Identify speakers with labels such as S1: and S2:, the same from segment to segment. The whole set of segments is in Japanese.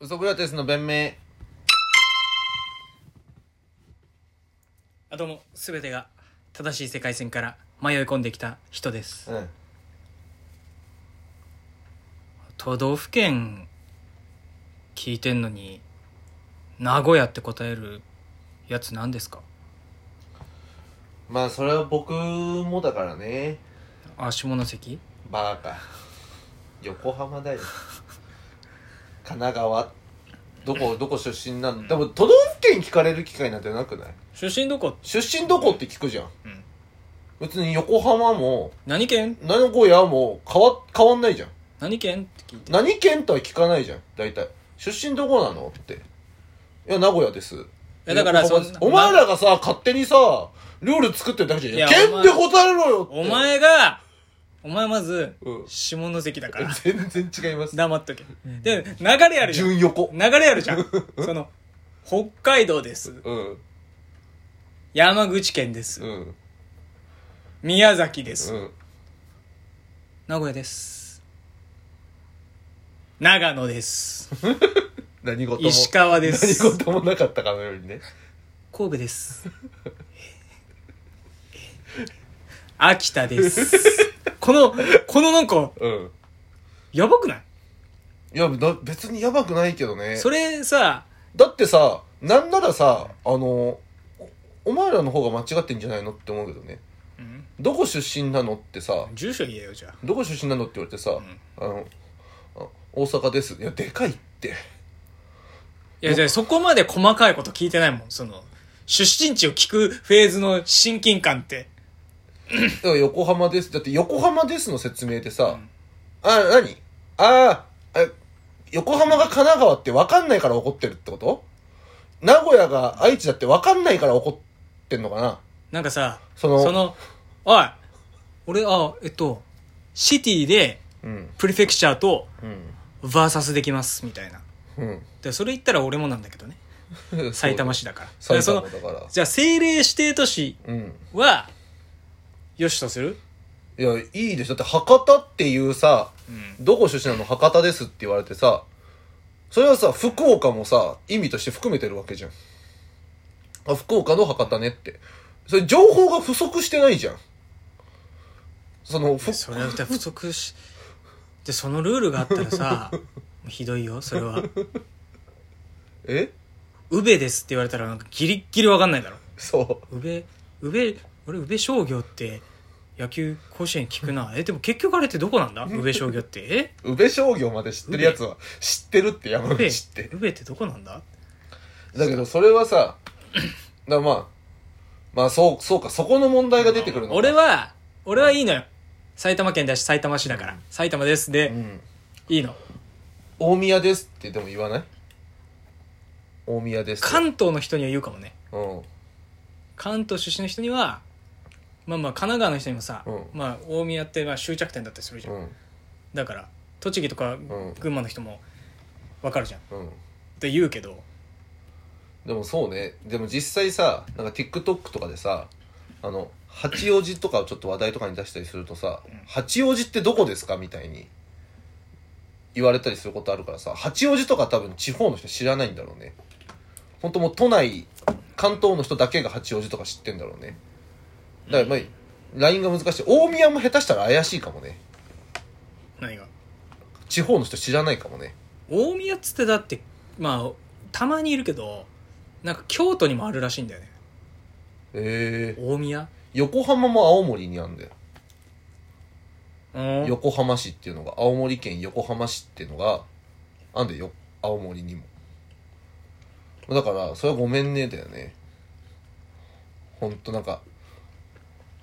S1: ウソクラテスの弁明。
S2: あどうも全てが正しい世界線から迷い込んできた人です
S1: うん。
S2: 都道府県聞いてんのに名古屋って答えるやつ何ですか
S1: まあ、それは僕もだからね。
S2: あ下関
S1: バカ。横浜 だよ。神奈川。どこ、どこ出身なのでも、都道府県聞かれる機会なんてなくない
S2: 出身どこ、
S1: 出身どこって聞くじゃん。
S2: うん、
S1: 別に横浜も、
S2: 何県
S1: 名古屋も変わ、変わんないじゃん。
S2: 何県って聞いて
S1: 何県とは聞かないじゃん、大体。出身どこなのって。いや、名古屋です。
S2: やだから
S1: 横浜
S2: そんな
S1: お前らがさ、勝手にさ、ルール作ってるだけじゃん。いや
S2: いや
S1: 県って答えろよって。
S2: お前がお前まず
S1: うん
S2: 下関だから
S1: 全然違います。
S2: 黙っとけ
S1: ん
S2: で流れあるじゃん
S1: 順横。
S2: 流れあるじゃ んその北海道です
S1: うん。
S2: 山口県です
S1: うん。
S2: 宮崎です
S1: うん。
S2: 名古 屋です長野です
S1: 何事も。
S2: 石川です
S1: 何事もなかったかのようにね。
S2: 神戸です秋田 ですこのこのなんか
S1: うん。
S2: やばくない
S1: いや、だ別にやばくないけどね。
S2: それさ
S1: だってさ、なんならさ、あの、おお前らの方が間違ってんじゃないのって思うけどね。
S2: うん
S1: どこ出身なのってさ、
S2: 住所言えよじゃあ
S1: どこ出身なのって言われてさ、あの、あ大阪です。いや、でかいって。
S2: いやじゃあそこまで細かいこと聞いてないもんその出身地を聞くフェーズの親近感って
S1: だから横浜です。だって横浜ですの説明でさ、あ、何あーあ、横浜が神奈川って分かんないから怒ってるってこと名古屋が愛知だって分かんないから怒ってんのかな
S2: なんかさ
S1: その、
S2: その、おい、俺、あ、えっと、シティで、
S1: うん、
S2: プリフェクチャーと、
S1: うん、
S2: バーサスできます、みたいな。
S1: うん。
S2: で、それ言ったら俺もなんだけどね。
S1: そう
S2: 埼玉市だから。
S1: 埼
S2: そ
S1: 玉
S2: の
S1: だ、から。
S2: じゃあ、政令指定都市
S1: うん。
S2: は、よしとする
S1: いや、いいでしょ。だって博多っていうさ、
S2: うん。
S1: どこ出身なの博多ですって言われてさ、それはさ、福岡もさ、意味として含めてるわけじゃん。あ、福岡の博多ねって。それ情報が不足してないじゃん。その、ふ、
S2: それは、不足し、で、そのルールがあった らさ、ひどいよ、それは。
S1: え
S2: 宇部ですって言われたら、なんかギリッギリわかんないだろ。
S1: そ
S2: 宇部、宇部、俺、宇部商業って、野球甲子園聞くな。え、でも結局あれってどこなんだ宇部商業って。え
S1: う。宇部商業まで知ってるやつは知ってるって山
S2: 宇部
S1: 口って。
S2: 宇部ってどこなんだ
S1: だけどそれはさ、だからまあ、まあそう、そうか、そこの問題が出てくるのか
S2: 俺、は俺はいいのよ埼玉県だし埼玉市だから埼玉です
S1: う
S2: で
S1: ん。
S2: いいの
S1: 大宮ですってでも言わない大宮です。
S2: 関東の人には言うかもね
S1: うん。
S2: 関東出身の人にはまあまあ神奈川の人にもさ、
S1: うん
S2: まあ大宮ってまあ終着点だったりするじゃん、
S1: うん。
S2: だから栃木とか
S1: ん
S2: 群馬の人もわかるじゃんっ
S1: うん。
S2: て言うけど
S1: でもそうねでも実際さなんか TikTok とかでさあの八王子とかをちょっと話題とかに出したりするとさ「八王子ってどこですか?」みたいに言われたりすることあるからさ八王子とか多分地方の人知らないんだろうね本当もう都内関東の人だけが八王子とか知ってんだろうねだからまあ LINE が難しい大宮も下手したら怪しいかもね
S2: 何が
S1: 地方の人知らないかもね
S2: 大宮っつってだってまあたまにいるけどなんか京都にもあるらしいんだよね
S1: ええ
S2: 大宮
S1: 横浜も青森にあんだよ
S2: うん
S1: 横浜市っていうのが青森県横浜市っていうのがあんでよ青森にもだからそれはごめんねだよねほんとなんか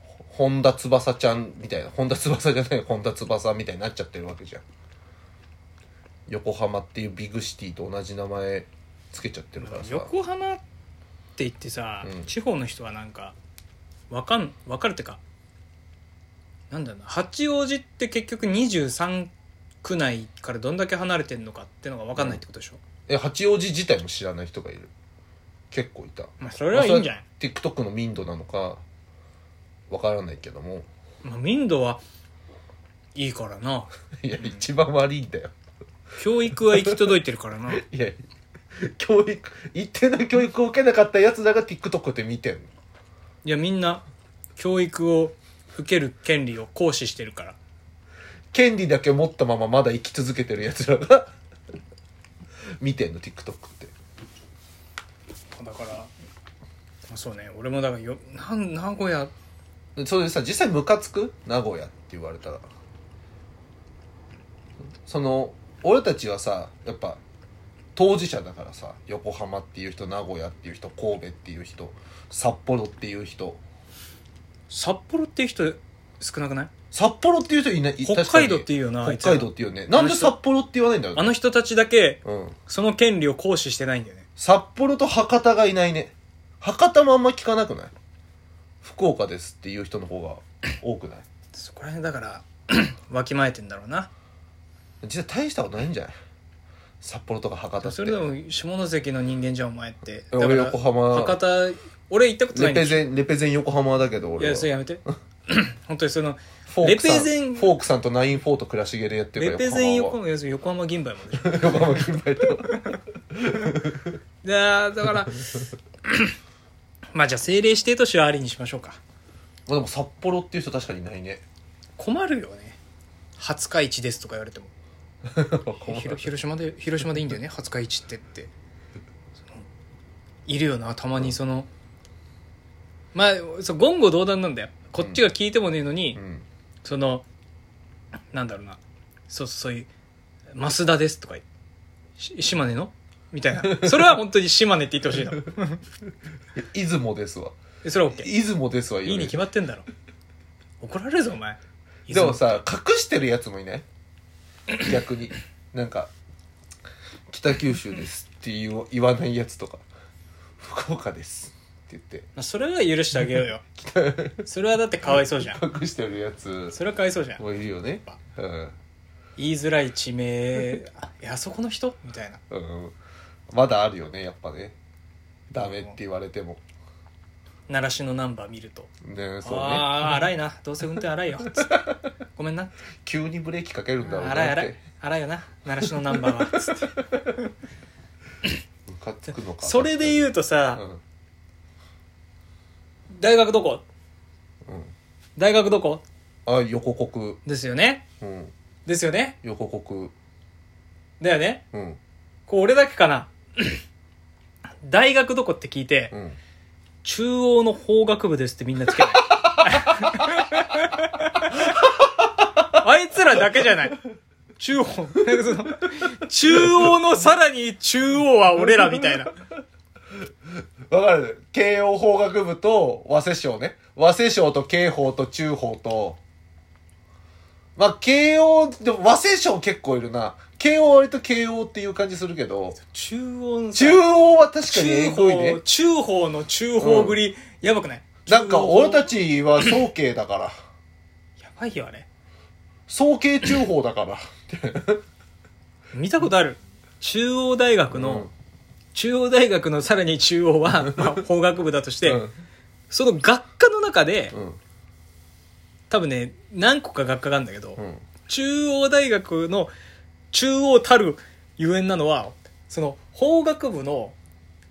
S1: ほ本田翼ちゃんみたいな本田翼じゃない本田翼みたいになっちゃってるわけじゃん横浜っていうビッグシティと同じ名前つけちゃってるからさ
S2: 横浜って言ってさ、
S1: うん
S2: 地方の人はなんかわかんわかるってかなんだろうな八王子って結局23区内からどんだけ離れてんのかってのがわかんないってことでしょ、
S1: え八王子自体も知らない人がいる結構いた
S2: まあそれはいいんじゃない、
S1: まあそれは TikTok の民度なのかわからないけど も
S2: まあ、民度はいいからな
S1: いや、一番悪いんだよ。
S2: 教育は行き届いてるからな
S1: いや教育一定の教育を受けなかったやつらが TikTok って見てんの
S2: いやみんな教育を受ける権利を行使してるから
S1: 権利だけ持ったまままだ生き続けてるやつらが 見てんの TikTok って
S2: だからまあそうね俺もだからよなん名古屋
S1: でそれでさ実際ムカつく名古屋って言われたらその俺たちはさやっぱ当事者だからさ横浜っていう人名古屋っていう人神戸っていう人札幌っていう人
S2: 札幌っていう人少なくない
S1: 札幌っていう人いない
S2: 北海道っていうよなあいつ
S1: 北
S2: ら
S1: 海道っていうねなんで札幌って言わないんだろう
S2: あ
S1: ね
S2: の人たちだけ
S1: うん
S2: その権利を行使してないんだよね
S1: 札幌と博多がいないね博多もあんま聞かなくない福岡ですっていう人の方が多くない
S2: そこら辺だから わきまえてんだろうな
S1: 実際大したことないんじゃない札幌とか博多って
S2: それでも下関の人間じゃんお前ってだから
S1: 俺横浜
S2: 博多俺行ったことな
S1: レ
S2: い
S1: ペ
S2: んでしょ
S1: ゼンレペゼン横浜だけど
S2: い
S1: 俺は
S2: やそれや めて本当にその
S1: フォークさん
S2: レペゼン
S1: フォークさんとナインフォーと倉重でやってる
S2: レ
S1: から
S2: ペゼン横
S1: 横
S2: 浜要するに横浜銀杯までしょ
S1: 浜は横浜金杯と
S2: いやーだから まあじゃあ政令指定都市はありにしましょうか
S1: まあでも札幌っていう人確かにいないね
S2: 困るよね廿日市ですとか言われてもひろ 広島で広島でいいんだ よね廿日市ってってそのいるよなたまにその、まあそう言語道断なんだよこっちが聞いてもねえのに、
S1: うん
S2: そのなんだろうなそうそういう「増田です」とかし島根のみたいなそれは本当に島根って言ってほしい の
S1: 出雲ですわ
S2: でそれは OK
S1: 出雲ですわ言
S2: いいに
S1: う
S2: 決まってんだろ怒られるぞお前
S1: でもさ隠してるやつもいない逆になんか「北九州です」って言う言わないやつとか「福岡です」って言って
S2: まあそれは許してあげよ うよそれはだってかわいそうじゃん
S1: 隠してるやつ
S2: それはかわいそうじゃん
S1: もいるよねうん、
S2: 言いづらい地名 あえあそこの人みたいな
S1: うん、まだあるよねやっぱねダメって言われても
S2: 習志野ナンバー見ると、
S1: ねそうね
S2: ああ荒いなどうせ運転荒 いよつってごめんな
S1: 急にブレーキかけるんだろう
S2: 荒い
S1: なっ
S2: 荒
S1: て
S2: い荒いよな習志野ナン バーはつって
S1: ムカつくのか
S2: それで
S1: う、
S2: 言うと
S1: う
S2: さ
S1: ん
S2: 大学どこ
S1: うん、
S2: 大学どこ
S1: あ横国
S2: ですよね
S1: うん
S2: ですよね
S1: 横国
S2: だよね
S1: うん
S2: こう俺だけか な大学どこって聞いて、
S1: うん
S2: 中央の法学部ですってみんな つけないあいつらだけじゃない中央なんかその中央のさらに中央は俺らみたいな
S1: わかる慶応法学部と早稲省ね。早稲省と慶法と中法と、まあ、慶応、でも早稲省結構いるな。慶応割と慶応っていう感じするけど、
S2: 中央のさ
S1: 中央は確かに
S2: 中
S1: えぐいね
S2: 央。中央の中央ぶり、やばくない
S1: なんか
S2: 中央
S1: 俺たちは総慶だから。
S2: やばいよあれ
S1: 総慶中法だから。
S2: 見たことある中央大学の、中央大学のさらに中 央は、まあ、法学部だとして、
S1: うん、
S2: その学科の中で
S1: うん、
S2: 多分ね何個か学科があるんだけど、
S1: うん。
S2: 中央大学の中央たるゆえんなのはその法学部の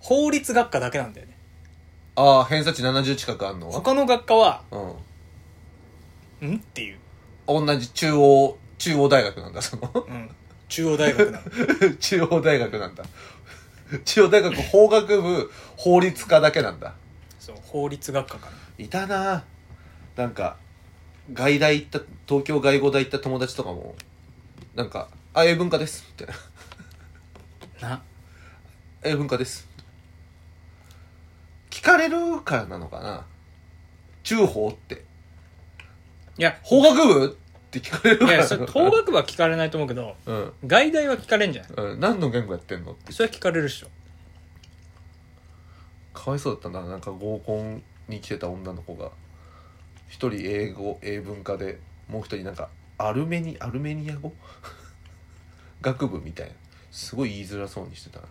S2: 法律学科だけなんだよね
S1: ああ、偏差値70近くあんのは
S2: 他の学科は
S1: うん
S2: っていう、
S1: ん。同じ中央、中央大学なんだ、その。
S2: うん、中央大学なの
S1: 中央大学なんだ中央大学法学部法律科だけなんだ
S2: そう法律学科かない
S1: たななんか外大行った東京外語大行った友達とかもなんか「あ英文科です」みたいな
S2: な
S1: 「英文科です」聞かれるからなのかな中法って
S2: いや
S1: 法学部って聞かれる
S2: い
S1: から
S2: や
S1: な
S2: そ
S1: の
S2: れ
S1: か
S2: 法
S1: な
S2: 学部は聞かれないと思うけど
S1: うん、
S2: 外大は聞かれんじゃない
S1: うん、何の言語やってんの
S2: それは聞かれるっしょ
S1: かわいそうだったななんか合コンに来てた女の子が一人英語英文科でもう一人なんかアルメニアルメニア語 学部みたいなすごい言いづらそうにしてたな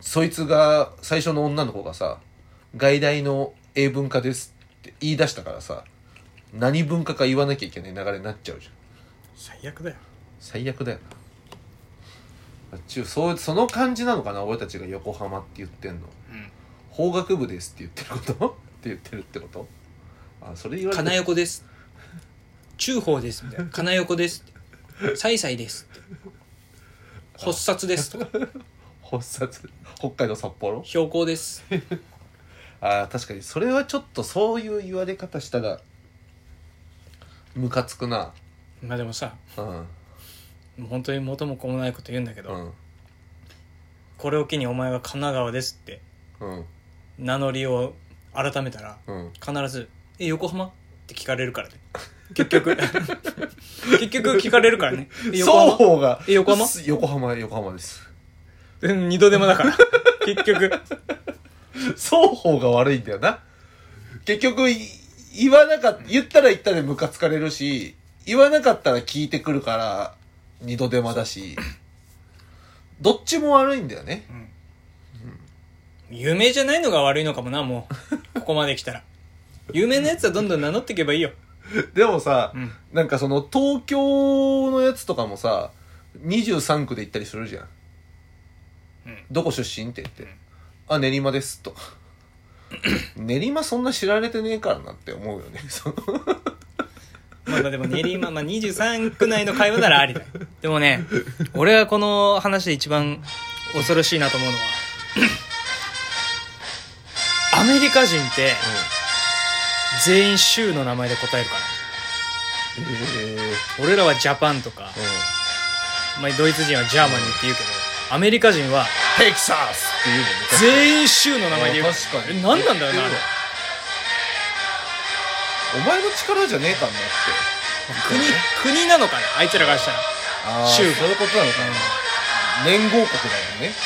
S1: そいつが最初の女の子がさ「外大の英文科です」って言い出したからさ何文化か言わなきゃいけない流れになっちゃうじゃん
S2: 最悪だよ
S1: 最悪だよな中そういうその感じなのかな俺たちが横浜って言ってんの
S2: うん
S1: 法学部ですって言ってること って言ってるってことあそれ言われ
S2: 金
S1: て
S2: 横です中宝ですみたいな金横です サイサイです発殺です とか
S1: 発殺北海道札幌
S2: 標高です
S1: あー確かにそれはちょっとそういう言われ方したらムカつくな
S2: まあでもさ
S1: うん
S2: 本当に元も子もないこと言うんだけど、
S1: うん
S2: これを機にお前は神奈川ですって
S1: うん
S2: 名乗りを改めたら
S1: うん
S2: 必ず「え横浜?」って聞かれるからね結局 結局聞かれるからね「
S1: 双
S2: え横浜
S1: 方が
S2: え横浜
S1: す横浜横浜です
S2: うん二度手間だから結局
S1: 双方が悪いんだよな結局い言わなかった言ったら言ったでムカつかれるし言わなかったら聞いてくるから二度手間だしどっちも悪いんだよね
S2: 有名じゃないのが悪いのかもなもうここまで来たら有名なやつはどんどん名乗っていけばいいよ、
S1: でもさ、
S2: うん、
S1: なんかその東京のやつとかもさ23区で行ったりするじゃん、
S2: うん
S1: どこ出身って言って「
S2: ん
S1: あ練馬です」と 練馬そんな知られてねえからなって思うよねその
S2: まあまあでも練馬、まあ、23区内の会話ならありだよでもね俺がこの話で一番恐ろしいなと思うのはアメリカ人って全員州の名前で答えるか
S1: えー
S2: ら俺らはジャパンとか、
S1: う
S2: まあ、ドイツ人はジャーマニーって言うけどアメリカ人は
S1: ん、テキサスっていうのね
S2: 全員州の名前で言う
S1: 確かに
S2: え何なんだろうなあれ
S1: お前の力じゃねえかんなって
S2: 国国なのかねあいつらからしたら
S1: あー
S2: 州
S1: そういうことなのかな連合国だよね